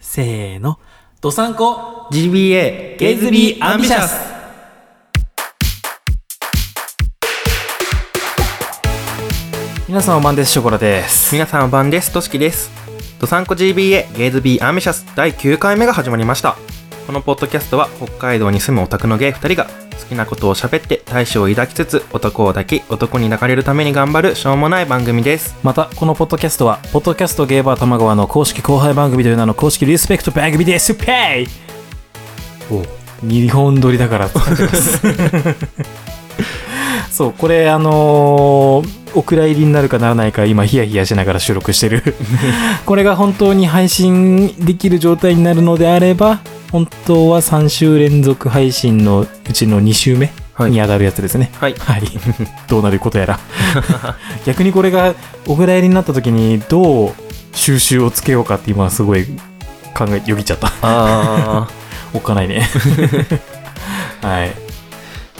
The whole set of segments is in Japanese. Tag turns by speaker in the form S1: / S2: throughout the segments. S1: せーのドサンコ
S2: GBA
S1: ゲイズビーアンビシャス皆さんお晩ですショコラです
S2: 皆さん番ですとしきですドサンコ GBA ゲイズビーアンビシャス第9回目が始まりましたこのポッドキャストは北海道に住むオタクのゲイ2人が好きなことを喋って大志を抱きつつ男を抱き男に抱かれるために頑張るしょうもない番組です
S1: またこのポッドキャストはポッドキャストゲーバー玉川の公式後輩番組という名の公式リスペクト番組ですペイお日本撮りだからって書いてます そうこれあのーお蔵入りになるかならないか今ヒヤヒヤしながら収録してるこれが本当に配信できる状態になるのであれば本当は3週連続配信のうちの2週目
S2: はい
S1: に当たるやつですね
S2: はい
S1: はい、 どうなることやら 逆にこれがお蔵入りになった時にどう収集をつけようかって今すごい考えよぎっちゃった
S2: あ
S1: おっかないね はい
S2: ー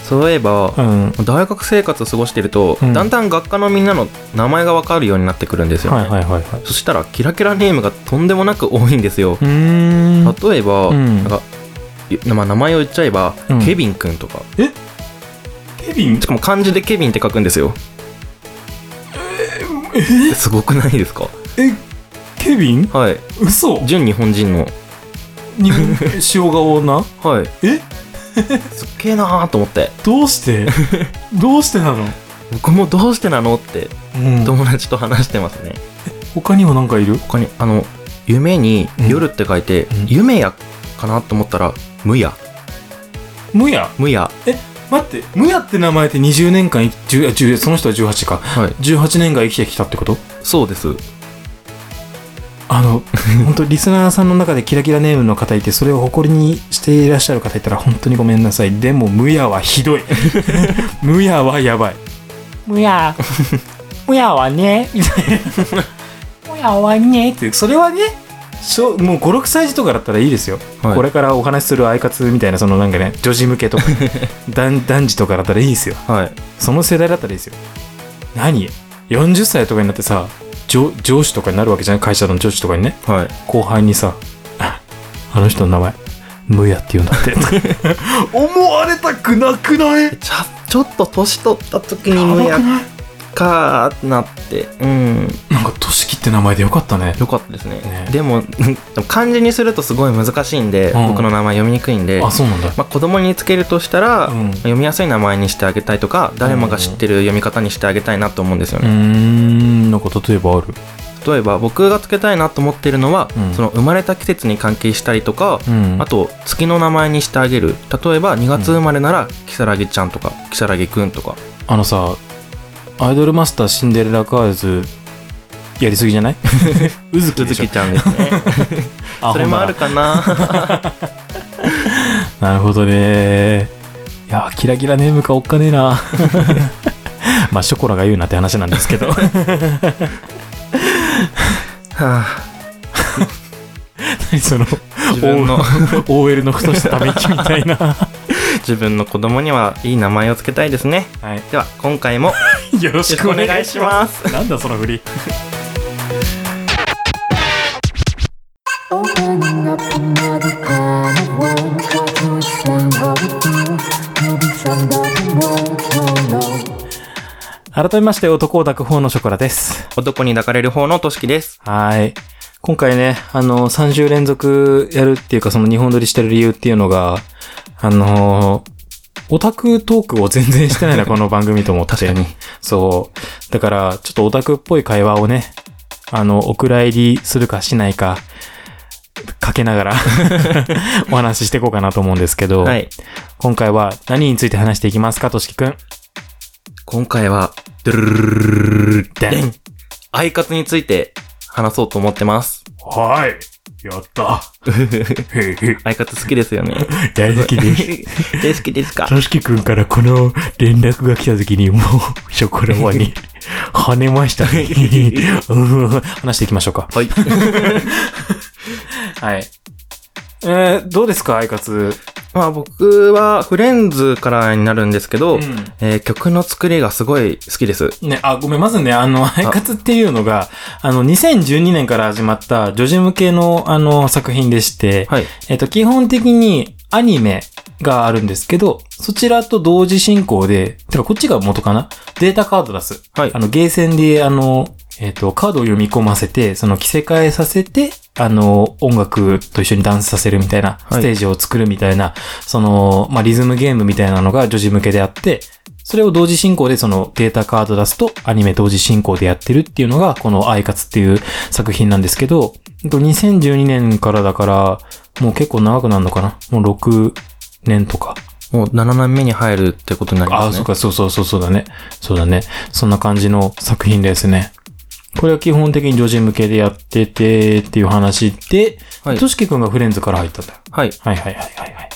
S2: そういえば
S1: うんはい
S2: 大学生活を過ごしてると、
S1: うん
S2: だんだん学科のみんなの名前がわかるようになってくるんですよ、
S1: はいはいはい
S2: そしたらキラキラネームがとんでもなく多いんですよ
S1: うーん
S2: 例えば、
S1: うん
S2: なんかいまあ名前を言っちゃえば、
S1: うん
S2: ケビンくんとか
S1: ケビン
S2: しかも漢字でケビンって書くんですよすごくないですか
S1: ケビン
S2: はい
S1: 嘘
S2: 純日本人の
S1: に塩顔な
S2: はい
S1: え
S2: すっげえなーと思って
S1: どうして どうしてなの、
S2: 僕もどうしてなのって
S1: うん、
S2: 友達と話してますね
S1: 他にも何かいる
S2: 他にあの夢に
S1: うん
S2: 夜って書いて、
S1: うん
S2: 夢やかなと思ったら無や
S1: ムヤ
S2: 無や
S1: 待ってムヤって名前って20年間生き10あ10その人は18か
S2: はい
S1: 18年間生きてきたってこと
S2: そうです
S1: あの 本当リスナーさんの中でキラキラネームの方いてそれを誇りにしていらっしゃる方いたら本当にごめんなさいでもムヤはひ どいムヤはやばいムヤムヤはねみたいなムヤはねってそれはねしょもう56歳児とかだったらいいですよ、
S2: はい
S1: これからお話しするアイカツみたいなそのなんかね女児向け とか男男児とかだったらいいですよ
S2: はい
S1: その世代だったらいいですよ。何 ?40 歳とかになってさ、上上司とかになるわけじゃない会社の上司とかにね、
S2: はい
S1: 後輩にさ、ああの人の名前、ムヤって言うんだって。思われた くなくない
S2: ちょちょっと年取った時に無やかーってなってうん
S1: なんか、としきって名前でよかったね。
S2: よかったですね
S1: ね
S2: でも 漢字にするとすごい難しいんで、
S1: うん
S2: 僕の名前読みにくいんで
S1: あ、そうなんだ。
S2: まあ、子供につけるとしたら、
S1: うん
S2: 読みやすい名前にしてあげたいとか誰もが知ってる読み方にしてあげたいなと思うんですよ
S1: うー
S2: ね、
S1: ん、なんか例えばある。
S2: 例えば僕がつけたいなと思ってるのは、
S1: うん
S2: その生まれた季節に関係したりとか、
S1: うん。
S2: あと月の名前にしてあげる例えば2月生まれなら如月ちゃんとか如月くんとか
S1: あのさ、アイドルマスターシンデレラガールズ、やりすぎじゃない うずき
S2: 鈴
S1: でしょ
S2: 木ちゃ んですね
S1: あ
S2: それもあるかな
S1: なるほどね。いや、キラキラネームかおっかねえな。 まあ、ショコラが言うなって話なんですけど。
S2: はあ
S1: 何その、
S2: 自分の
S1: OL のふとしたため息みたいな。は
S2: 自分の子供にはいい名前をつけたいですねでは今回も
S1: い。 よろしくお願いしま
S2: よ
S1: す。 なんだその振り。
S3: Opening up another can of worms, try to explain how it feels to be some dark and wrong, no, no.
S1: 改めまして、男を抱く方のショコラです。
S2: 男に抱かれる方のとしきです
S1: はい。今回ね、あの、30連続やるっていうか、その2本撮りしてる理由っていうのが、あのオタクトークを全然してないな、この番組と思って。
S2: 確かに
S1: そう。だから、ちょっとオタクっぽい会話をね、あの、お蔵入りするかしないか、かけながら、お話ししていこうかなと思うんですけど、
S2: はい
S1: 今回は何について話していきますか、としきくん。
S2: 今回は、ドゥルルルルルルルル
S1: でん。
S2: アイカツについて話そうと思ってます。
S1: はい。やった。へいへい。
S2: アイカツ好きですよね。
S1: 大好きです。
S2: 大好きですか
S1: としきくんからこの連絡が来た時にもう、ショコラマに跳ねましたね。うん話していきましょうか。
S2: はい。
S1: はい。えー、どうですか、アイカツ。
S2: まあ僕はフレンズからになるんですけど、
S1: うん
S2: えー曲の作りがすごい好きです。
S1: ね、あ、ごめん、まずね、あの、アイカツっていうのが、あの、2012年から始まった女児向けの、あの、作品でして、
S2: はい。
S1: えっと、基本的にアニメがあるんですけど、そちらと同時進行で、てかこっちが元かなデータカード出す。
S2: はい
S1: あ。の、ゲーセンで、あの、えっと、カードを読み込ませて、その着せ替えさせて、あの、音楽と一緒にダンスさせるみたいな、
S2: は
S1: ス
S2: い
S1: テージを作るみたいな、その、まあ、リズムゲームみたいなのが女児向けであって、それを同時進行でそのデータカード出すとアニメ同時進行でやってるっていうのがこのアイカツっていう作品なんですけど、えっと2012年からだからもう結構長くなるのかなもう6年とか。
S2: もう7年目に入るってことになり
S1: あ
S2: ま
S1: あ、
S2: す
S1: そ
S2: ね
S1: う。か、そうそうそう、そうだね。そうだね。そんな感じの作品ですね。これは基本的に女人向けでやっててっていう話で、
S2: はい
S1: としきくんがフレンズから入ったんだよ。
S2: はい。
S1: はいはいはいはいはい。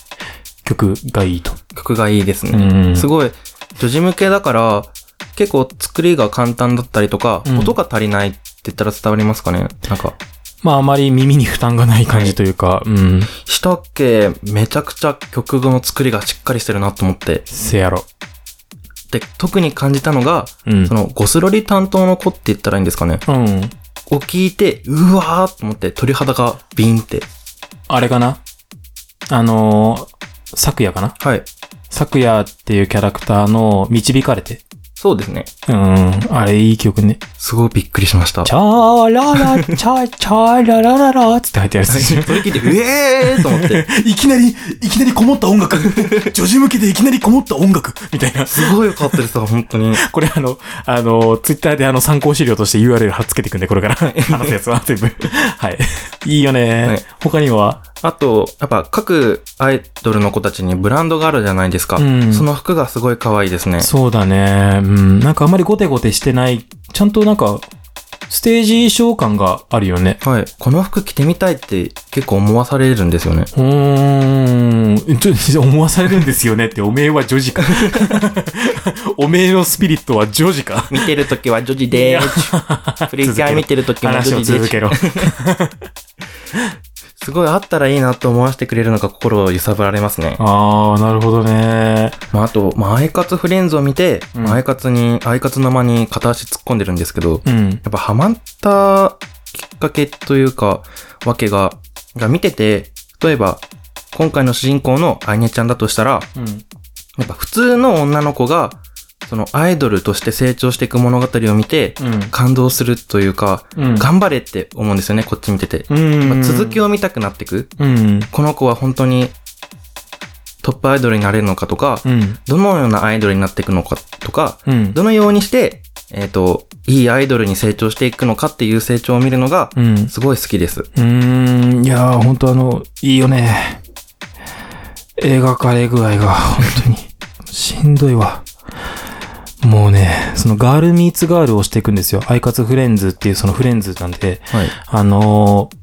S1: 曲がいいと。
S2: 曲がいいです
S1: う
S2: ね。
S1: ん。
S2: す
S1: ご
S2: ごい、女児向けだから、結構作りが簡単だったりとか、
S1: うん
S2: 音が足りないって言ったら伝わりますかねなんか、
S1: まああまり耳に負担がない感じというか、うん。
S2: したっけ、めちゃくちゃ曲の作りがしっかりしてるなと思って。
S1: せやろ。
S2: で、特に感じたのが、
S1: うん
S2: そ。の、ゴスロリ担当の子って言ったらいいんですかね
S1: うん。
S2: を聞いて、うわーと思って鳥肌がビーンって。
S1: あれかなあのー、昨夜かな
S2: はい。
S1: 昨夜っていうキャラクターの導かれて。
S2: そうですね。
S1: うん。あれいい曲ね。
S2: すごいびっくりしました。
S1: チャーララ、チャチャララララつって入ってるやつ。
S2: それ聞いて、うえーと思って、
S1: いきなり、いきなりこもった音楽。女子向けでいきなりこもった音楽。みたいな。
S2: すごい良かったですわ、本当に。
S1: これあの、あの、ツイッターであの参考資料として URL 貼っつけていくんで、これから。話すやつは全部。はい。いいよね。
S2: はい
S1: 他には
S2: あと、やっぱ各アイドルの子たちにブランドがあるじゃないですか。
S1: うん
S2: その服がすごい可愛いですね。
S1: そうだね。うん。なんかあんまりゴテゴテしてない。ちゃんとなんか、ステージ衣装感があるよね。
S2: はい。この服着てみたいって結構思わされるんですよね。
S1: うーん。ちょっと思わされるんですよねって、おめえはジョジ か。おめえのスピリットはジョジか。
S2: 見てるときはジョジでー す。プリキュア見てるときもジ
S1: 話
S2: ョ
S1: を
S2: ジで
S1: 続
S2: ー
S1: けろ。
S2: す。すごいあったらいいなと思わせてくれるのが心を揺さぶられますね。
S1: ああ、なるほどね。
S2: まあ、あと、まあ、アイカツフレンズを見て、
S1: うん
S2: アイカツに、アイカツの間に片足突っ込んでるんですけど、
S1: うん。
S2: やっぱハマったきっかけというか、わけが、が見てて、例えば、今回の主人公のアイネちゃんだとしたら、
S1: うん。
S2: やっぱ普通の女の子が、そのアイドルとして成長していく物語を見て、感動するというか、
S1: うん。
S2: 頑張れって思うんですよね、こっち見てて。
S1: うん。
S2: まあ続きを見たくなってく。
S1: うん。
S2: この子は本当にトップアイドルになれるのかとか、
S1: うん。
S2: どのようなアイドルになっていくのかとか、
S1: うん。
S2: どのようにして、えっ、と、いいアイドルに成長していくのかっていう成長を見るのが、
S1: うん。う
S2: すごい好きです。
S1: ーん。いやー、ほんとあの、いいよね。描かれ具合が、本当に、 しんどいわ。もうね、そのガールミーツガールをしていくんですよ。アイカツフレンズっていうそのフレンズなんで、
S2: はい。
S1: あのー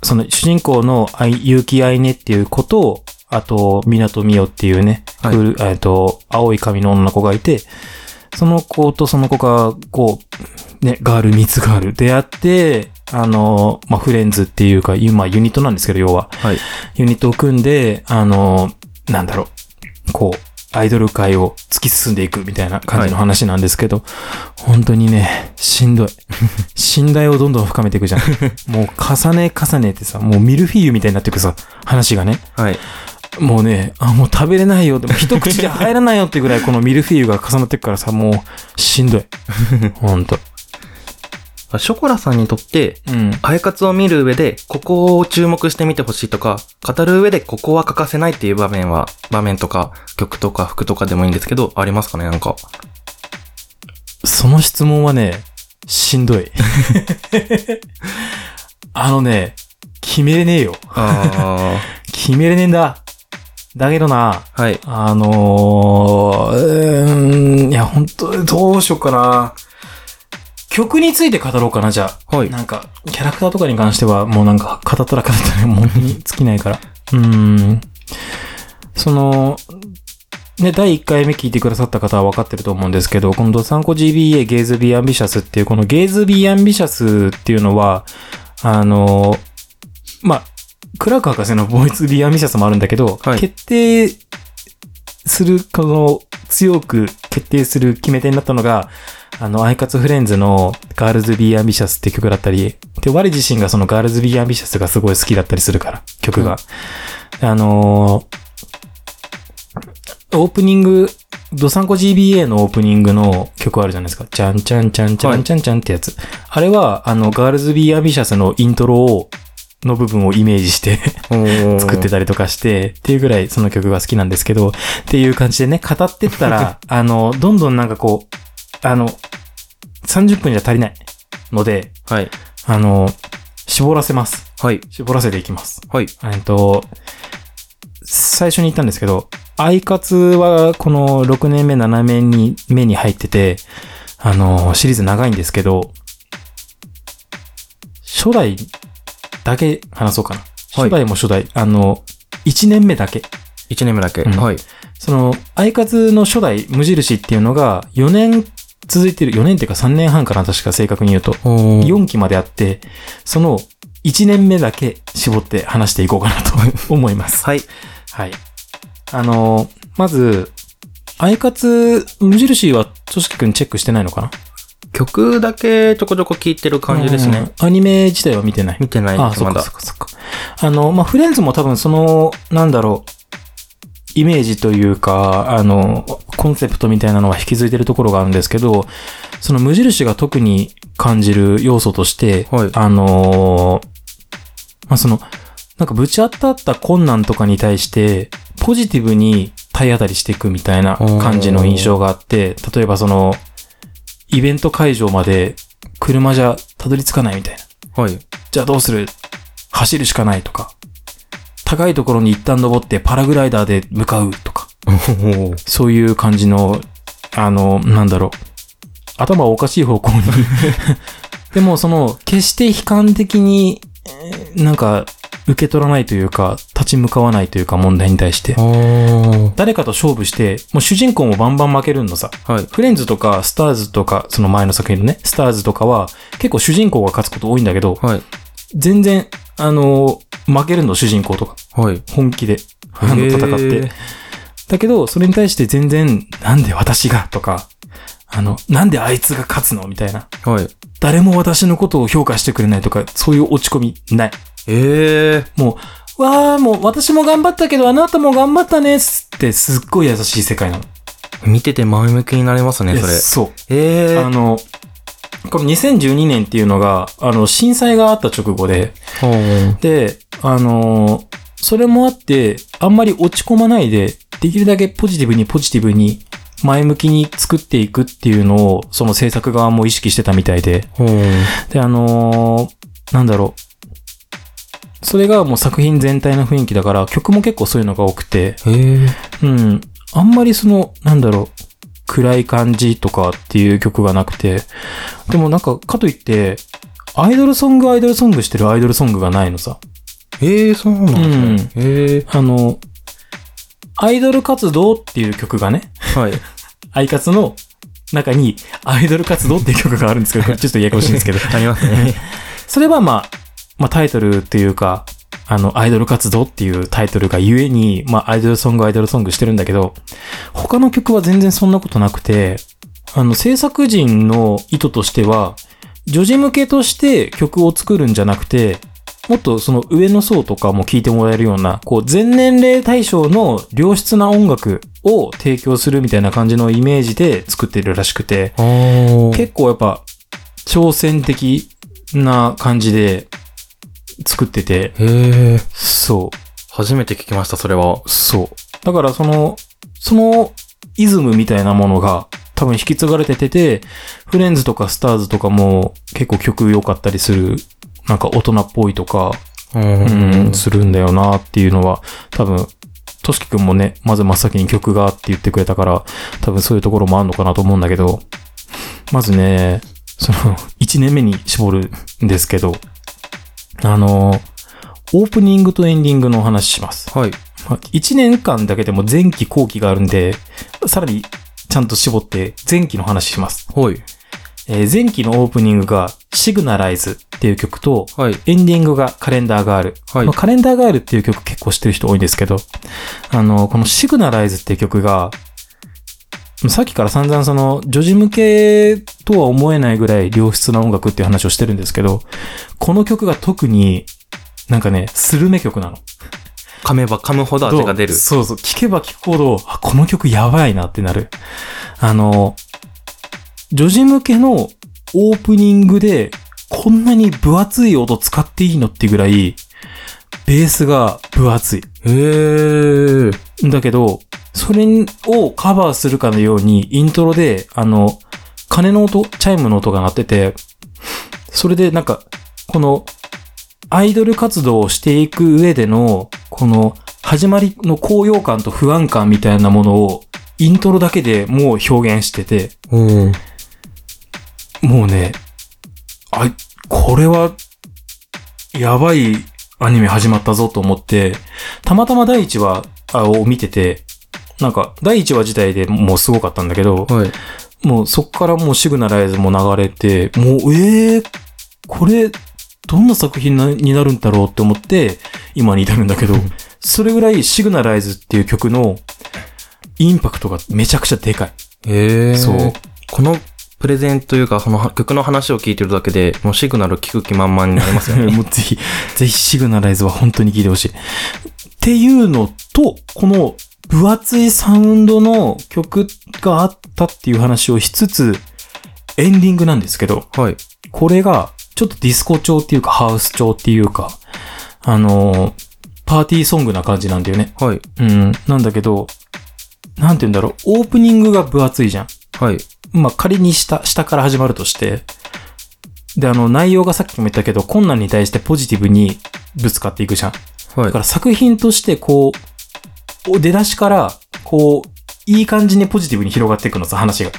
S1: その主人公のあい結城愛音っていう子と、あと、港美代っていうね、
S2: はい
S1: クールえっと、青い髪の女の子がいて、その子とその子が、こう、ね、ガール、ミツガール出会って、あのーまあ、フレンズっていうか、今、ユニットなんですけど、要は。
S2: はい。
S1: ユニットを組んで、あのーなんだろう、こう、アイドル界を突き進んでいくみたいな感じの話なんですけど、本当にね、しんどい。信頼をどんどん深めていくじゃん。もう重ね重ねてさ、もうミルフィーユみたいになっていくさ、話がね。
S2: はい。
S1: もうね、あ、もう食べれないよ。でも一口で入らないよってぐらいこのミルフィーユが重なってくからさ、もうしんどい。ほんと。
S2: ショコラさんにとって、
S1: うん。
S2: アイカツを見る上で、ここを注目してみてほしいとか、語る上でここは欠かせないっていう場面は、場面とか、曲とか服とかでもいいんですけど、ありますかねなんか。
S1: その質問はね、しん どい。あのね、決めれねえよ。
S2: あ
S1: 決めれねえんだ。だけどな、
S2: あ。 はい。
S1: あのー、うーん、いや、本当どうしようかな。曲について語ろうかな、じゃあ。
S2: はい。
S1: なんか、キャラクターとかに関しては、もうなんか、語ったら語ったら、もう本当に尽きないから。うーん。その、ね、第1回目聞いてくださった方は分かってると思うんですけど、このドサンコ GBA ゲイズビーアンビシャスっていう、このゲイズビーアンビシャスっていうのは、あの、まあ、クラーク博士のボイツ・ビア・ミシャスもあるんだけど、
S2: はい
S1: 決定する、この、強く決定する決め手になったのが、あの、アイカツフレンズのガールズ・ビー・アンビシャスって曲だったり、で、我自身がそのガールズ・ビー・アンビシャスがすごい好きだったりするから、曲が。あのーオープニング、ドサンコ GBA のオープニングの曲あるじゃないですか。ちゃんちゃんちゃんちゃんちゃんちゃんってやつ。あれは、あの、ガールズ・ビー・アンビシャスのイントロを、の部分をイメージして 作って
S2: た。
S1: たりとかして、っていうぐらいその曲が好きなんですけど、っていう感じでね、語ってったら、あの、どんどんなんかこう、あの、30分じゃ足りないので、
S2: はい。
S1: あの、絞らせます。
S2: はい。
S1: 絞らせていきます。
S2: はい。
S1: えっと、最初に言ったんですけど、アイカツはこの6年目、7年目に目に入ってて、あの、シリーズ長いんですけど、初代だけ話そうかな。初代も初代、あの、1年目だけ。
S2: 1年目だけ。
S1: うん
S2: はい。
S1: その、アイカツの初代無印っていうのが4年続いてる、4年っていうか3年半かな、確か正確に言うと。
S2: 4
S1: 4期まであって、その1年目だけ絞って話していこうかなと思います。
S2: はい。
S1: はい。あのー、まず、アイカツ、無印は、としきくんチェックしてないのかな
S2: 曲だけちょこちょこ聴いてる感じですね。。
S1: うんアニメ自体は見てない。
S2: 見てない
S1: ああ、
S2: です、
S1: そ
S2: ま
S1: っか
S2: だ
S1: そっ。かそっか。あの、まあ、フレンズも多分その、なんだろう、イメージというか、あの、コンセプトみたいなのは引き継いでるところがあるんですけど、その無印が特に感じる要素として、
S2: はい
S1: あのーまあ、その、なんかぶち当たった困難とかに対して、ポジティブに体当たりしていくみたいな感じの印象があって、例えばその、イベント会場まで車じゃたどり着かないみたいな。
S2: はい。
S1: じゃあどうする走るしかないとか。高いところに一旦登ってパラグライダーで向かうとか。 そういう感じの、あの、なんだろう。頭おかしい方向に。 でもその、決して悲観的に、えーなんか、受け取らないというか、立ち向かわないというか問題に対して。誰かと勝負して、もう主人公もバンバン負けるのさ。
S2: はい。
S1: フレンズとか、スターズとか、その前の作品のね、スターズとかは、結構主人公が勝つこと多いんだけど、
S2: はい。
S1: 全然、あの負けるの、主人公とか。
S2: はい。
S1: 本気で、あの、
S2: へー
S1: 戦って。。だけど、それに対して全然、なんで私がとか、あの、なんであいつが勝つのみたいな。
S2: はい。
S1: 誰も私のことを評価してくれないとか、そういう落ち込み、ない。
S2: ええ。
S1: もう、わー、もう私も頑張ったけど、あなたも頑張ったねっつって、すっごい優しい世界なの。
S2: 見てて前向きになれますね、
S1: いや
S2: それ。
S1: そう。
S2: え
S1: あの、この2012年っていうのが、あの、震災があった直後で、
S2: え。
S1: で、あのーそれもあって、あんまり落ち込まないで、できるだけポジティブにポジティブに、前向きに作っていくっていうのを、その制作側も意識してたみたいで。
S2: ほう。
S1: で、あのーなんだろう。それがもう作品全体の雰囲気だから、曲も結構そういうのが多くて、
S2: ええ。
S1: うん。あんまりその、なんだろう、暗い感じとかっていう曲がなくて、でもなんか、かといって、アイドルソングアイドルソングしてるアイドルソングがないのさ。
S2: ええ、そうなんですね。ええ。
S1: あの、アイドル活動っていう曲がね、
S2: はい。
S1: アイカツの中にアイドル活動っていう曲があるんですけど、これちょっとややこしいんですけど、
S2: ありますね。
S1: それはまあ、まあタイトルっていうか、あの、アイドル活動っていうタイトルがゆえに、まあアイドルソングアイドルソングしてるんだけど、他の曲は全然そんなことなくて、あの、制作人の意図としては、女児向けとして曲を作るんじゃなくて、もっとその上の層とかも聴いてもらえるような、こう全年齢対象の良質な音楽を提供するみたいな感じのイメージで作ってるらしくて、
S2: おー。
S1: 結構やっぱ挑戦的な感じで作ってて、
S2: ええ。
S1: そ
S2: 初めて聞きました、それは。
S1: う、そう。だからその、そのイズムみたいなものが多分引き継がれててて、フレンズとかスターズとかも結構曲良かったりする、なんか大人っぽいとか、
S2: う
S1: うん、するんだよなっていうのは、多分、としきくんもね、まず真っ先に曲がって言ってくれたから、多分そういうところもあるのかなと思うんだけど、まずね、その、1年目 に絞るんですけど、あの、オープニングとエンディングのお話します。
S2: はい。
S1: 1年間だけでも前期後期があるんで、さらにちゃんと絞って前期の話します。
S2: はい。
S1: えー前期のオープニングがシグナライズっていう曲と、
S2: はい。
S1: エンディングがカレンダーガール。
S2: はい
S1: まあカレンダーガールっていう曲結構知ってる人多いんですけど、あの、このシグナライズっていう曲が、さっきから散々その、女児向けとは思えないぐらい良質な音楽っていう話をしてるんですけど、この曲が特に、なんかね、スルメ曲なの。
S2: 噛めば噛むほど味が出る。
S1: そうそう。聞けば聞くほど、あこの曲やばいなってなる。あの、女児向けのオープニングで、こんなに分厚い音使っていいのってぐらい、ベースが分厚い。
S2: へー。
S1: だけど、それをカバーするかのように、イントロで、あの、鐘の音、チャイムの音が鳴ってて、それでなんか、この、アイドル活動をしていく上での、この、始まりの高揚感と不安感みたいなものを、イントロだけでもう表現してて、
S2: うん。
S1: もうね、あ、これは、やばいアニメ始まったぞと思って、たまたま第1話あを見てて、なんか、第1話自体でもうすごかったんだけど、
S2: はい。
S1: もうそっからもうシグナライズも流れて、もう、えー、これ、どんな作品なになるんだろうって思って、今に至るんだけど、それぐらいシグナライズっていう曲のインパクトがめちゃくちゃでかい。
S2: へー。
S1: そう。
S2: このプレゼンというか、この曲の話を聞いてるだけで、もうシグナル聞く気満々になりますよね。
S1: もうぜひ、ぜひシグナライズは本当に聞いてほしい。っていうのと、この分厚いサウンドの曲があったっていう話をしつつ、エンディングなんですけど、
S2: はい。
S1: これがちょっとディスコ調っていうかハウス調っていうか、あのーパーティーソングな感じなんだよね。
S2: はい。
S1: うん、なんだけど、なんて言うんだろう、オープニングが分厚いじゃん。
S2: はい。
S1: まあ、仮に下、下から始まるとして、で、あの、内容がさっきも言ったけど、困難に対してポジティブにぶつかっていくじゃん。
S2: は
S1: だ
S2: い
S1: か。ら作品として、こう、お出だしから、こう、いい感じにポジティブに広がっていくのさ、話が。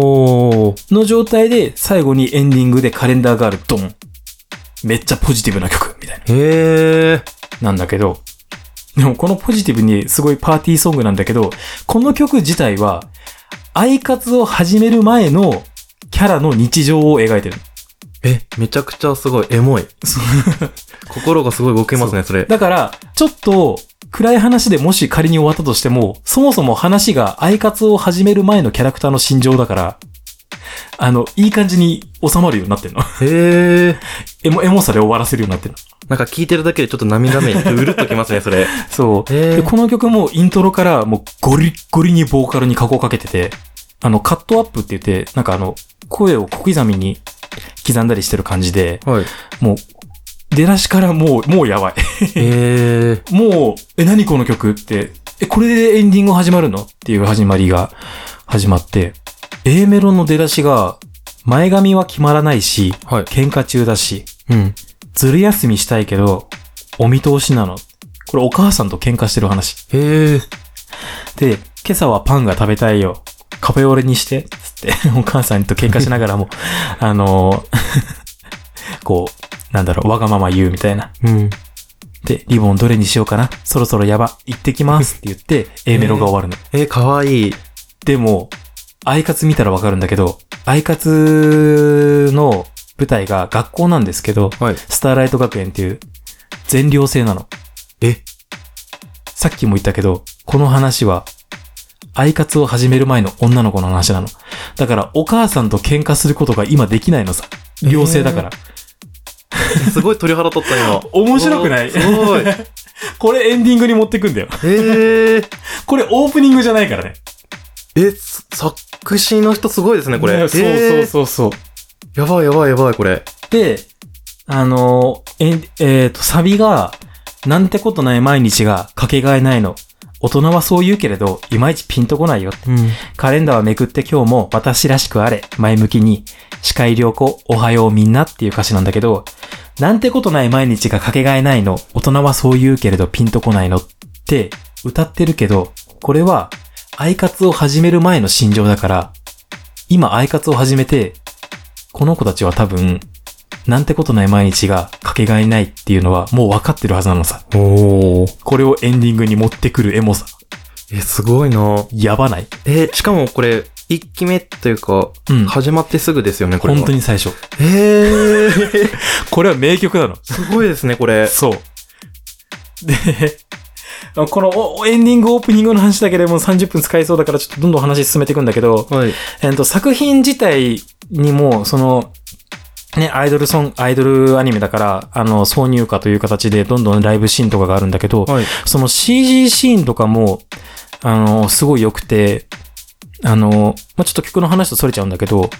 S2: おー。
S1: の状態で、最後にエンディングでカレンダーがある、ドン。めっちゃポジティブな曲、みたいな。
S2: へー。
S1: なんだけど、でもこのポジティブにすごいパーティーソングなんだけど、この曲自体は、アイカツを始める前のキャラの日常を描いてる。
S2: え、めちゃくちゃすごい、エモい。心がすごい動けますね、それ。
S1: だから、ちょっと、暗い話でもし仮に終わったとしても、そもそも話がアイカツを始める前のキャラクターの心情だから、あの、いい感じに収まるようになってるの。
S2: へー。
S1: エモ、エモさで終わらせるようになってるの。
S2: なんか聞いてるだけでちょっと涙 目、うるっときますね、それ。
S1: そう。
S2: へ
S1: で、
S2: ー。
S1: この曲もイントロからもうゴリッゴリにボーカルに加工かけてて、あの、カットアップって言って、なんかあの、声を小刻みに刻んだりしてる感じで、
S2: はい。
S1: もう、出だしからもう、もうやばい。
S2: へー。
S1: もう、え、何この曲って、え、これでエンディング始まるのっていう始まりが始まって、A メロの出だしが、前髪は決まらないし、
S2: はい。
S1: 喧嘩中だし、
S2: うん。
S1: ずる休みしたいけど、お見通しなの。これお母さんと喧嘩してる話。
S2: へー。
S1: で、今朝はパンが食べたいよ。カフェオレにして、つって、 お母さんと喧嘩しながらも、あのー こう、なんだろう、わがまま言うみたいな。
S2: うん。
S1: で、リボンどれにしようかなそろそろやば、行ってきますって言って、A メロが終わるの。
S2: えー、かわいい。
S1: でも、アイカツ見たらわかるんだけど、アイカツの舞台が学校なんですけど、
S2: はい。
S1: スターライト学園っていう全寮制なの。
S2: え
S1: さっきも言ったけど、この話は、アイカツを始める前の女の子の話なの。だから、お母さんと喧嘩することが今できないのさ。寮生だから。
S2: すごい鳥肌立った今。
S1: 面白くない
S2: おーす ごい。
S1: これエンディングに持ってくんだよ。
S2: へー。
S1: これオープニングじゃないからね。
S2: え、す作詞の人すごいですね、これ。
S1: ねそう
S2: へ
S1: そうそ
S2: ー
S1: うそう。
S2: やばいやばいやばい、これ。
S1: で、あのーえ、えーと、サビが、なんてことない毎日がかけがえないの。大人はそう言うけれど、いまいちピンとこないよ。
S2: うん。
S1: カレンダーはめくって今日も私らしくあれ、前向きに、視界良好、おはようみんなっていう歌詞なんだけど、なんてことない毎日がかけがえないの、大人はそう言うけれどピンとこないのって歌ってるけど、これは、アイカツを始める前の心情だから、今アイカツを始めて、この子たちは多分、なんてことない毎日がかけがえないっていうのはもう分かってるはずなのさ。
S2: おー。
S1: これをエンディングに持ってくるエモさ。
S2: え、すごいな
S1: やばない
S2: え、しかもこれ、 1期目というか、
S1: うん
S2: 始まってすぐですよね、これは。
S1: 本当に最初。
S2: えー、
S1: これは名曲なの。
S2: すごいですね、これ。
S1: そう。で、 このおエンディングオープニングの話だけでもう30分使いそうだからちょっとどんどん話進めていくんだけど、
S2: はい。
S1: えっと、作品自体にも、その、ね、アイドルソング、アイドルアニメだから、あの、挿入歌という形でどんどんライブシーンとかがあるんだけど、
S2: はい。
S1: その CG シーンとかも、あの、すごい良くて、あの、まあ、ちょっと曲の話とそれちゃうんだけど、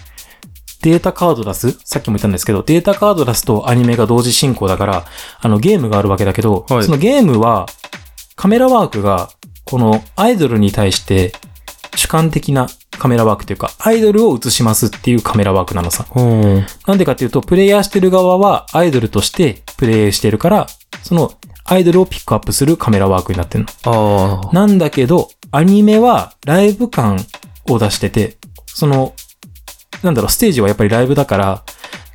S1: データカード出すさっきも言ったんですけど、データカード出すとアニメが同時進行だから、あの、ゲームがあるわけだけど、
S2: はい
S1: そのゲームは、カメラワークが、このアイドルに対して、主観的なカメラワークというか、アイドルを映しますっていうカメラワークなのさ。
S2: うん。
S1: なんでかっていうと、プレイヤーしてる側はアイドルとしてプレイしてるから、そのアイドルをピックアップするカメラワークになってるの。
S2: ああ。
S1: なんだけど、アニメはライブ感を出してて、その、なんだろう、ステージはやっぱりライブだから、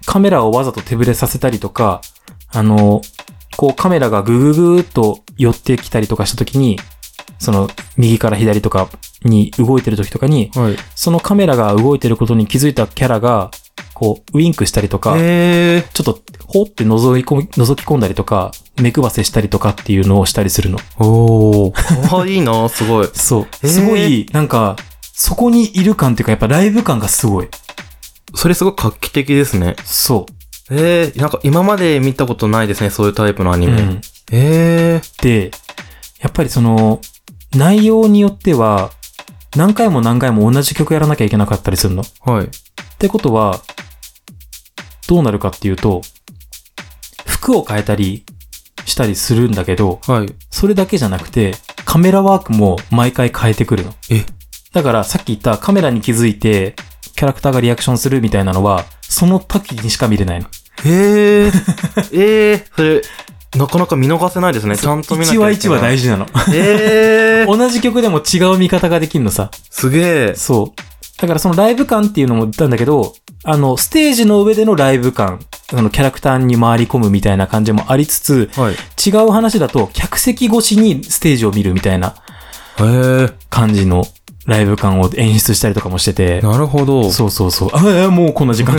S1: カメラをわざと手ぶれさせたりとか、あの、こうカメラがぐぐぐーっと寄ってきたりとかした時に、その右から左とかに動いてる時とかに、
S2: はい。
S1: そのカメラが動いてることに気づいたキャラが、こう、ウィンクしたりとか、
S2: えー。
S1: ちょっと、ほって覗い込み、覗き込んだりとか、目配せしたりとかっていうのをしたりするの。
S2: おお。かわいいな、すごい。
S1: そう。
S2: へー
S1: すごい、なんか、そこにいる感っていうか、やっぱライブ感がすごい。
S2: それすごい画期的ですね。
S1: そ
S2: えー、なんか今まで見たことないですね、そういうタイプのア
S1: う。
S2: ニ
S1: う
S2: メ。
S1: ん。
S2: えー。
S1: で、やっぱりその、内容によっては、何回も何回も同じ曲やらなきゃいけなかったりするの。っ
S2: はい。
S1: てことは、どうなるかっていうと、服を変えたりしたりするんだけど、
S2: はい。
S1: それだけじゃなくて、カメラワークも毎回変えてくるの。
S2: え
S1: だからさっき言ったカメラに気づいて、キャラクターがリアクションするみたいなのは、その時にしか見れないの。
S2: えー。えー。それ、なかなか見逃せないですね。ちゃんと見なきゃ
S1: 一話一話大
S2: 事。
S1: 事 なの。
S2: えー。
S1: 同じ曲でも違う見方ができるのさ。
S2: すげえ。
S1: そう。だからそのライブ感っていうのも言ったんだけど、あの、ステージの上でのライブ感、あの、キャラクターに回り込むみたいな感じもありつつ、
S2: はい。
S1: 違う話だと客席越しにステージを見るみたいな
S2: えー。
S1: 感じのライブ感を演出したりとかもしてて。
S2: なるほど。
S1: そうそうそう。ああ、もうこんな時 間。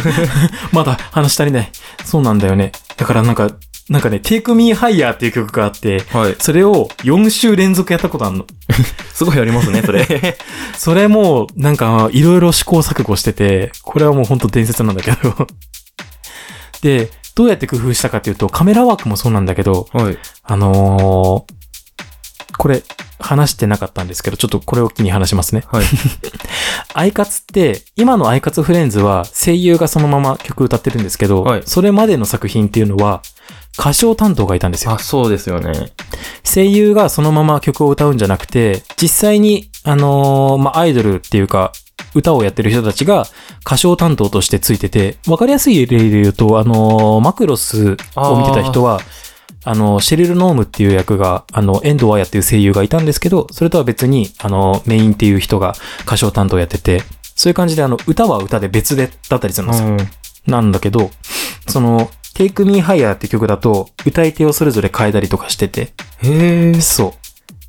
S1: まだ話足りない。そうなんだよね。だからなんか、なんかね、Take Me Higher っていう曲があって、
S2: はい。
S1: それを4週連続やったことあるの。
S2: すごいやりますね、それ。
S1: それも、なんか、いろいろ試行錯誤してて、これはもうほんと伝説なんだけど。 で、どうやって工夫したかっていうと、カメラワークもそうなんだけど、
S2: はい。
S1: あのーこれ、話してなかったんですけど、ちょっとこれを機に話しますね。
S2: はい。
S1: アイカツって、今のアイカツフレンズは声優がそのまま曲歌ってるんですけど、
S2: はい
S1: それまでの作品っていうのは歌唱担当がいたんですよ
S2: あ、。そうですよね。
S1: 声優がそのまま曲を歌うんじゃなくて、実際に、あのーまあ、アイドルっていうか、歌をやってる人たちが歌唱担当としてついてて、わかりやすい例で言うと、あのーマクロスを見てた人は、あの、シェリル・ノームっていう役が、あの、遠藤彩っていう声優がいたんですけど、それとは別に、あの、メインっていう人が歌唱担当やってて、そういう感じで、あの、歌は歌で別で、だったりするんですよ。
S2: ん。
S1: なんだけど、その、Take Me Higher って曲だと、歌い手をそれぞれ変えたりとかしてて、
S2: へえ。
S1: そう。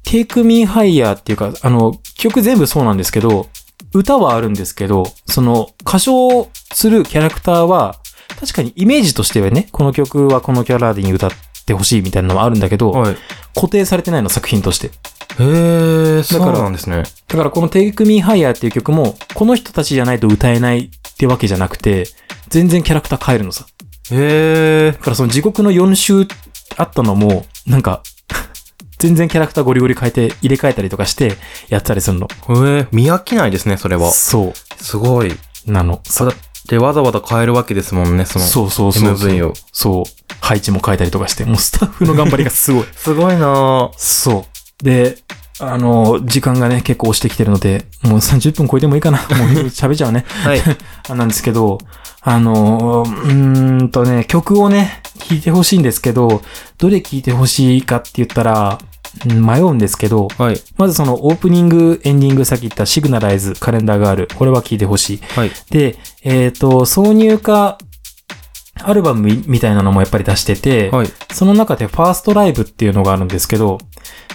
S1: Take Me Higher っていうか、あの、曲全部そうなんですけど、歌はあるんですけど、その、歌唱するキャラクターは、確かにイメージとしてはね、この曲はこのキャラでに歌ってほしいみたいなのはあるんだけど、
S2: はい。
S1: 固定されてないの作品として。
S2: へえ、そう
S1: から
S2: なんですね。
S1: だからこの Take Me Higher っていう曲も、この人たちじゃないと歌えないってわけじゃなくて、全然キャラクター変えるのさ。
S2: へえ
S1: だ。からその地獄の4週あったのも、なんか、全然キャラクターゴリゴリ変えて、入れ替えたりとかして、やってたりするの。
S2: へえ、見飽きないですね、それは。
S1: そ
S2: すごい。
S1: う。なの。
S2: そうだってわざわざ変えるわけですもんね、その。
S1: そうそうそうそう。
S2: MV を。
S1: そう。配置も変えたりとかして、もうスタッフの頑張りがすご い。
S2: すごいなぁ。
S1: そう。で、あの、時間がね、結構押してきてるので、もう30分超えてもいいかな。も う喋っちゃうね。
S2: はい。
S1: あなんですけど、あの、うーんとね、曲をね、聴いてほしいんですけど、どれ聴いてほしいかって言ったら、うん迷うんですけど、
S2: はい。
S1: まずそのオープニング、エンディング、さっき言ったシグナライズ、カレンダーガール、これは聴いてほしい。
S2: はい。
S1: で、えっ、と、挿入歌、アルバムみみたいなのもやっぱり出してて、
S2: はい。
S1: その中でファーストライブっていうのがあるんですけど、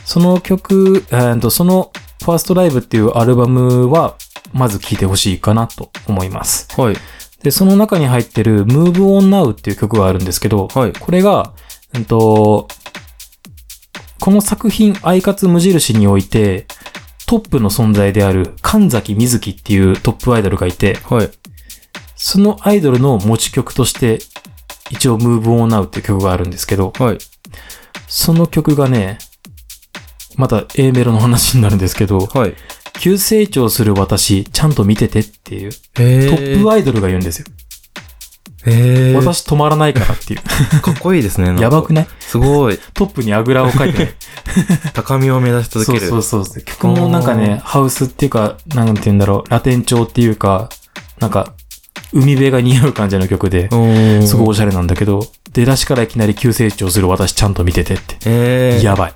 S1: その曲、えーとそのファーストライブっていうアルバムは、まず聴いてほしいかなと思います。
S2: はい。
S1: で、その中に入ってる Move On Now っていう曲があるんですけど、
S2: はい
S1: これが、うんと、この作品、アイカツ無印において、トップの存在である神崎瑞希っていうトップアイドルがいて、
S2: はい。
S1: そのアイドルの持ち曲として、一応 Move On Now っていう曲があるんですけど、
S2: はい。
S1: その曲がね、また A メロの話になるんですけど、
S2: はい。
S1: 急成長する私、ちゃんと見ててっていう、
S2: え
S1: トップ
S2: は、
S1: アイドルが言うんですよ。
S2: えー、
S1: 私止まらないから っていう。
S2: かっこいいですね。なんか
S1: やばくない
S2: すごい。
S1: トップにあぐらをかいて、ね、
S2: 高みを目指し 続ける。
S1: そうそうそう。曲もなんかね、ハウスっていうか、なんて言うんだろう、ラテン調っていうか、なんか、海辺が似合う感じの曲で、
S2: おー
S1: すごいおしゃれなんだけど、出だしからいきなり急成長する私ちゃんと見てて って。
S2: えー、
S1: やばい。っ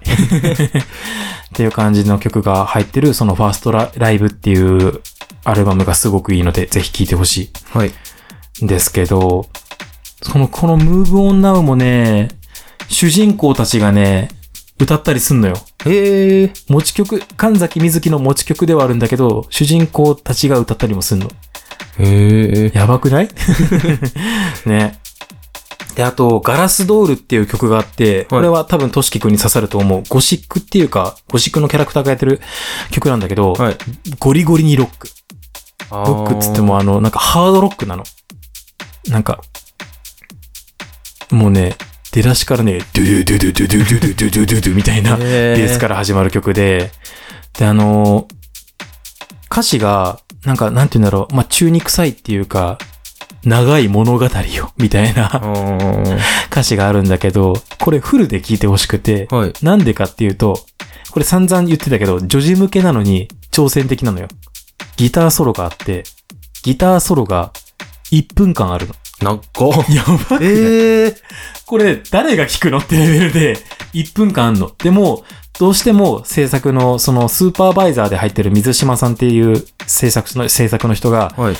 S1: ていう感じの曲が入ってる、そのファーストラライブっていうアルバムがすごくいいので、ぜひ聴いてほし
S2: はい。
S1: いんですけど、その、この Move On Now もね、主人公たちがね、歌ったりすんのよ。
S2: えー、
S1: 持ち曲、神崎瑞希の持ち曲ではあるんだけど、主人公たちが歌ったりもすんの。
S2: えー、
S1: やばくない ね。で、あと、ガラスドールっていう曲があって、これは多分トシキ君に刺さると思う。ゴシックっていうか、ゴシックのキャラクターがやってる曲なんだけど、
S2: はい。
S1: ゴリゴリにロック。
S2: あー
S1: ロックっつってもあの、なんかハードロックなの。なんか、もうね、出だしからね、ドゥドゥドゥドゥドゥドゥドゥドゥドゥドゥみたいな、
S2: えー
S1: ベースから始まる曲で、で、あの、歌詞が、なんか、なんて言うんだろう、まあ、中に臭いっていうか、長い物語よ、 みたいな
S2: あ
S1: 歌詞があるんだけど、これフルで聴いてほしくて、
S2: ーはい。
S1: なんでかっていうと、これ散々言ってたけど、女児向けなのに挑戦的なのよ。ギターソロがあって、ギターソロが1分間あるの。
S2: なっか。
S1: やばい
S2: えー、
S1: これ誰が聞くのってレベルで1分間あんの。でも、どうしても制作の、そのスーパーバイザーで入ってる水島さんっていう制作の、制作の人が、
S2: はい。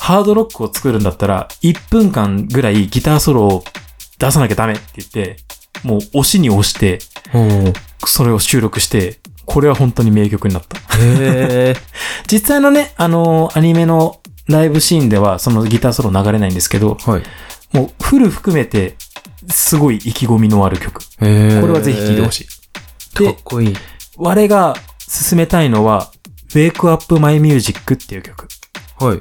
S1: ハードロックを作るんだったら、1分間ぐらいギターソロを出さなきゃダメって言って、もう押しに押して、
S2: おー
S1: それを収録して、これは本当に名曲になった。
S2: えー、
S1: 実際のね、あのーアニメのライブシーンでは、そのギターソロ流れないんですけど、
S2: はい。
S1: もうフル含めて、すごい意気込みのある曲。
S2: えー、
S1: これはぜひ聴いてほしい。
S2: かっ
S1: で、
S2: こいい。
S1: 我が勧めたいのは、Wake Up My Music っていう曲。
S2: はい。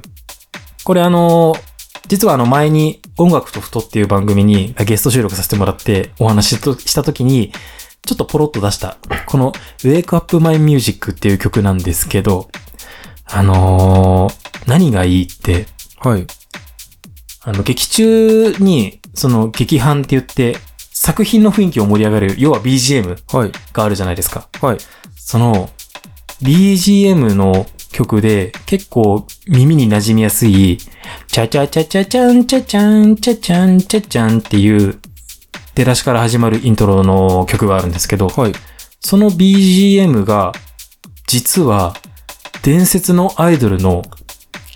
S1: これあのー実はあの前に音楽と太っていう番組にゲスト収録させてもらってお話しとした時に、ちょっとポロッと出した、この Wake Up My Music っていう曲なんですけど、あのー何がいいって、
S2: はい。
S1: あの、劇中に、その、劇伴って言って、作品の雰囲気を盛り上がる、要は BGM
S2: はい。
S1: があるじゃないですか。
S2: はい。
S1: その、BGM の曲で、結構耳に馴染みやすい、チャチャチャチャチャンチャチャンチャチャンチャチャンっていう、出だしから始まるイントロの曲があるんですけど、
S2: はい。
S1: その BGM が、実は、伝説のアイドルの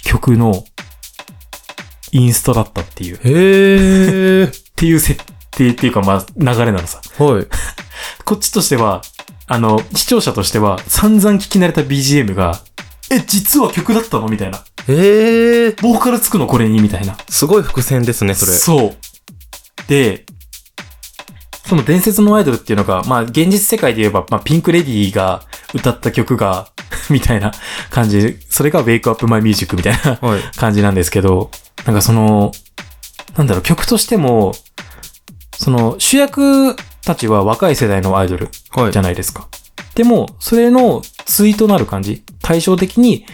S1: 曲のインストだったっていう。
S2: へー。
S1: っていう設定っていうか、まあ、流れなのさ。
S2: はい。
S1: こっちとしては、あの、視聴者としては、散々聞き慣れた BGM が、え、実は曲だったのみたいな。
S2: えー、
S1: ボーカルつくのこれにみたいな。
S2: すごい伏線ですね、それ。
S1: そう。で、その伝説のアイドルっていうのが、まあ、現実世界で言えば、まあ、ピンクレディーが歌った曲が、 みたいな感じ。それが Wake Up My Music みたいな
S2: はい。
S1: 感じなんですけど、なんかその、なんだろう、曲としても、その主役たちは若い世代のアイドル
S2: はい。
S1: じゃないですか。でも、それの対となる感じ、対照的に、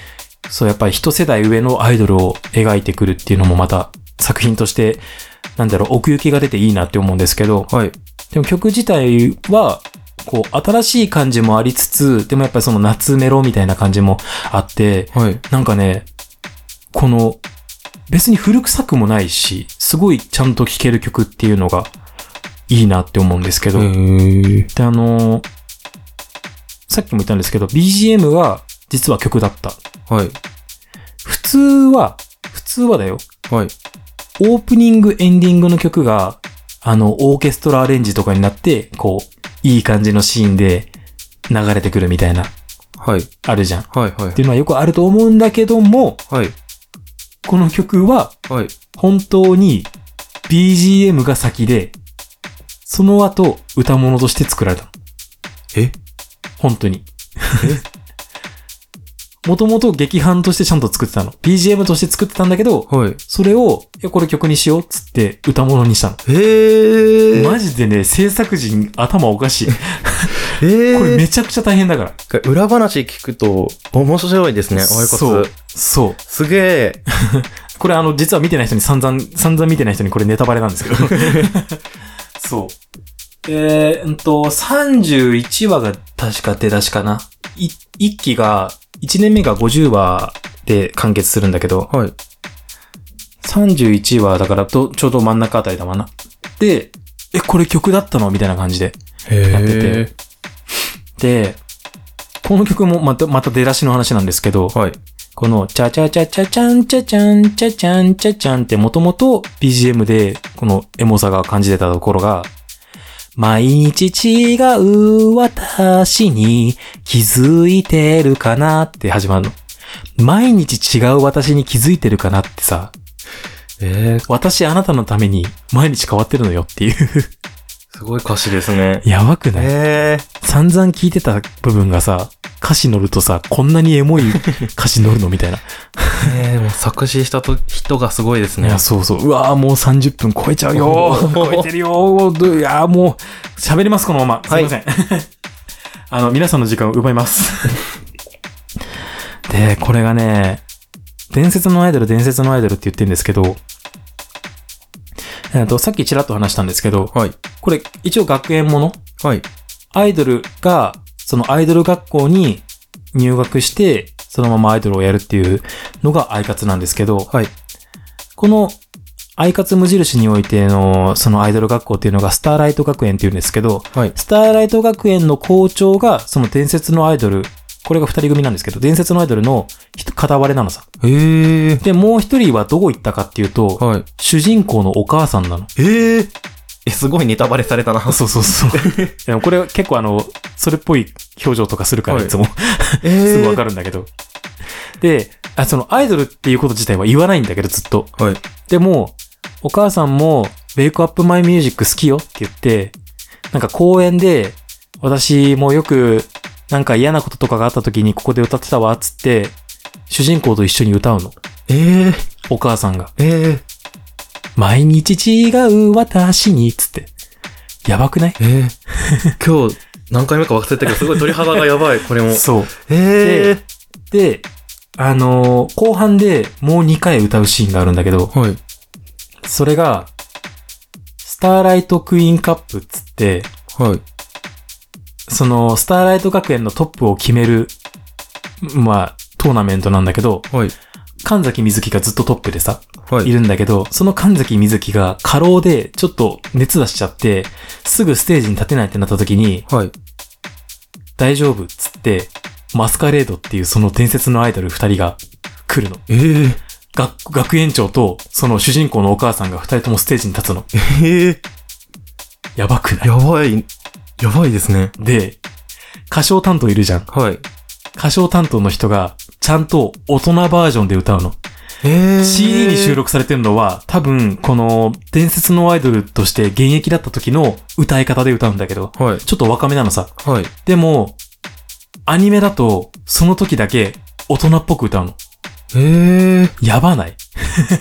S1: そう、やっぱり一世代上のアイドルを描いてくるっていうのもまた作品として、なんだろう、奥行きが出ていいなって思うんですけど、
S2: はい。
S1: でも曲自体は、こう、新しい感じもありつつ、でもやっぱりその夏メロみたいな感じもあって、
S2: はい。
S1: なんかね、この、別に古臭くもないし、すごいちゃんと聴ける曲っていうのがいいなって思うんですけど、
S2: ー。
S1: で、あのーさっきも言ったんですけど、BGM が実は曲だった。
S2: はい。
S1: 普通は、普通はだよ、
S2: はい。
S1: オープニング、エンディングの曲が、あの、オーケストラアレンジとかになって、こう、いい感じのシーンで流れてくるみたいな
S2: はい。
S1: あるじゃん。っ
S2: はいはい
S1: て。いうのはよくあると思うんだけども、
S2: はい。
S1: この曲は
S2: はい。
S1: 本当に BGM が先で、その後歌物として作られたの。
S2: え
S1: 本当に。 もともと劇伴としてちゃんと作ってたの。BGM として作ってたんだけど、
S2: はい。
S1: それを、いやこれ曲にしようっつって歌物にしたの。
S2: えー。
S1: マジでね、制作陣頭おかしい。こ
S2: えー、
S1: れめちゃくちゃ大変だから。
S2: 裏話聞くと面白いですね、おいこ
S1: そう
S2: つ。。
S1: そう。
S2: すげえ。
S1: これあの、実は見てない人に散々、散々見てない人にこれネタバレなん ですけど。そう。えー、んと、31話が確か出だしかな。い、1期が、1年目が50話で完結するんだけど、
S2: はい。
S1: 31話だからと、ちょうど真ん中あたりだもんな。で、え、これ曲だったのみたいな感じで。
S2: へ
S1: やってて。で、この曲もまた、また出だしの話なんですけど、
S2: はい。
S1: この、チャチャチャチャチャンチャチャンチャチャンチャチャンってもともと BGM でこのエモさが感じてたところが、毎日違う私に気づいてるかなって始まるの。毎日違う私に気づいてるかなってさ、
S2: えー、
S1: 私あなたのために毎日変わってるのよっていう。
S2: すごい歌詞ですね。
S1: やばくない
S2: えー、
S1: 散々聞いてた部分がさ、歌詞乗るとさ、こんなにエモい歌詞乗るのみたいな。
S2: えー、もう作詞したと人がすごいです
S1: い
S2: ね
S1: や、。そうそう。うわーもう30分超えちゃうよ
S2: お
S1: ー。
S2: ー
S1: 超えてるよー。どいやーもう、喋ります、このまま。す
S2: はいい
S1: ません。 あの、皆さんの時間を奪います。 で、これがね、伝説のアイドル、伝説のアイドルって言ってるんですけど、えっと、さっきちらっと話したんですけど、
S2: はい。
S1: これ、一応学園もの
S2: はい。
S1: アイドルが、そのアイドル学校に入学して、そのままアイドルをやるっていうのがアイカツなんですけど、
S2: はい。
S1: この、アイカツ無印においての、そのアイドル学校っていうのが、スターライト学園っていうんですけど、
S2: はい。
S1: スターライト学園の校長が、その伝説のアイドル、これが二人組なんですけど、伝説のアイドルの人片割れなのさ。
S2: えー、
S1: で、もう一人はどこ行ったかっていうと、
S2: はい。
S1: 主人公のお母さんなの。
S2: えー、え、すごいネタバレされたな。
S1: そうそう そう。でもこれ結構あの、それっぽい表情とかするから、
S2: はい
S1: いつも。
S2: え
S1: すぐわかるんだけど。で、あ、そのアイドルっていうこと自体は言わないんだけど、ずっと。
S2: はい。
S1: でも、お母さんも、ウェイクアップマイミュージック好きよって言って、なんか公園で、私もよく、なんか嫌なこととかがあった時にここで歌ってたわ、つって、主人公と一緒に歌うの。
S2: えー、
S1: お母さんが。
S2: えー、
S1: 毎日違う私に、つって。やばくない
S2: えー、今日何回目か忘れたけど、すごい鳥肌がやばい、これ も。
S1: そう。
S2: えー、
S1: で、あのー後半でもう2回歌うシーンがあるんだけど、
S2: はい。
S1: それが、スターライトクイーンカップっつって、
S2: はい。
S1: その、スターライト学園のトップを決める、まあ、トーナメントなんだけど、
S2: はい。
S1: 神崎水希がずっとトップでさ、、
S2: はいい。
S1: るんだけど、その神崎水希が過労でちょっと熱出しちゃって、すぐステージに立てないってなった時に、
S2: はい。
S1: 大丈夫っつって、マスカレードっていうその伝説のアイドル二人が来るの。
S2: えー、
S1: 学、学園長と、その主人公のお母さんが二人ともステージに立つの。
S2: えー、
S1: やばくない
S2: やばい、やばいですね。
S1: で、歌唱担当いるじゃん。
S2: はい。
S1: 歌唱担当の人が、ちゃんと大人バージョンで歌うの。
S2: えー、
S1: CD に収録されてるのは、多分、この、伝説のアイドルとして現役だった時の歌い方で歌うんだけど、
S2: はい。
S1: ちょっと若めなのさ。
S2: はい。
S1: でも、アニメだと、その時だけ、大人っぽく歌うの。
S2: えー、
S1: やばない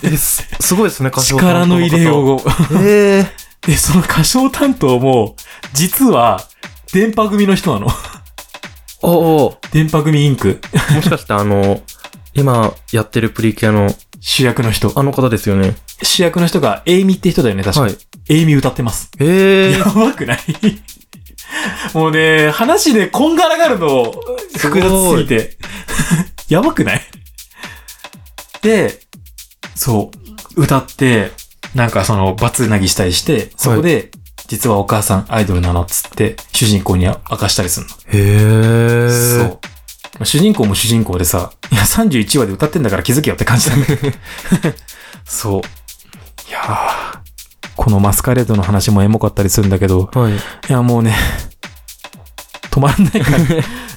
S2: え、すすご いですね、歌唱
S1: 力の入れ
S2: う。
S1: よう。
S2: えー、
S1: で、その歌唱担当も、実は、電波組の人なの。
S2: おお
S1: 電波組インク。
S2: もしかしてあの、今やってるプリキュアの、
S1: 主役の人。
S2: あの方ですよね。
S1: 主役の人が、エイミって人だよね、確か。
S2: はい。
S1: エイミ歌ってます。
S2: え
S1: や
S2: ー、
S1: ばくないもうね、話でこんがらがるの、
S2: すご
S1: 複
S2: い
S1: 雑すぎて。やばくないで、そう、歌って、なんかその、バツなぎしたりして、そこで、実はお母さんアイドルなのっつって、主人公に明かしたりするの。
S2: へえ
S1: そう。まあ主人公も主人公でさ、いや、31話で歌ってんだから気づけよって 感じなんだけどそう。いやーこのマスカレードの話もエモかったりするんだけど、
S2: はい。
S1: いや、もうね、止まらない から。い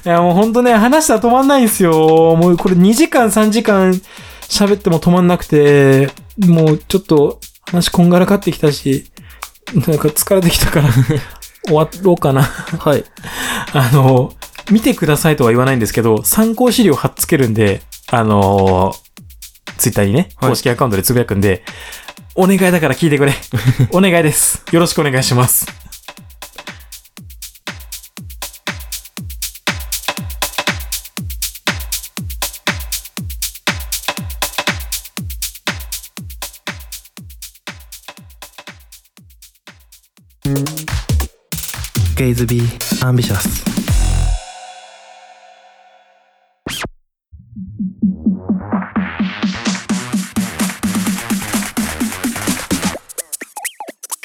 S1: や、もうほんとね、話したら止まんないんですよ。もうこれ2時間、3時間喋っても止まんなくて、もうちょっと話こんがらかってきたし、なんか疲れてきた から、終わろうかな。
S2: はい。
S1: あの、見てくださいとは言わないんですけど、参考資料貼っつけるんで、あのツイッターにね、
S2: はい
S1: 公式アカウントでつぶやくんで、お願いだから聞いてく れ。お願いです。よろしくお願いします。
S2: ゲイズビーアンビシャス。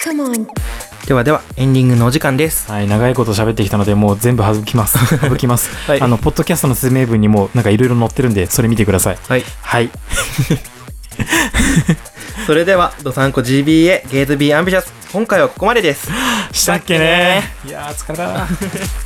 S3: Come on.
S2: ではでは、エンディングのお時間です。
S1: はい、長いこと喋ってきたので、もう全部省きます。省きます。
S2: はい
S1: あの、ポッドキャストの説明文にも、なんかいろいろ載ってるんで、それ見てください。
S2: はい。
S1: はい。
S2: それでは、ドサンコ GBA ゲイズビーアンビシャス。今回はここまでです。
S1: したっけねいやー、疲れた。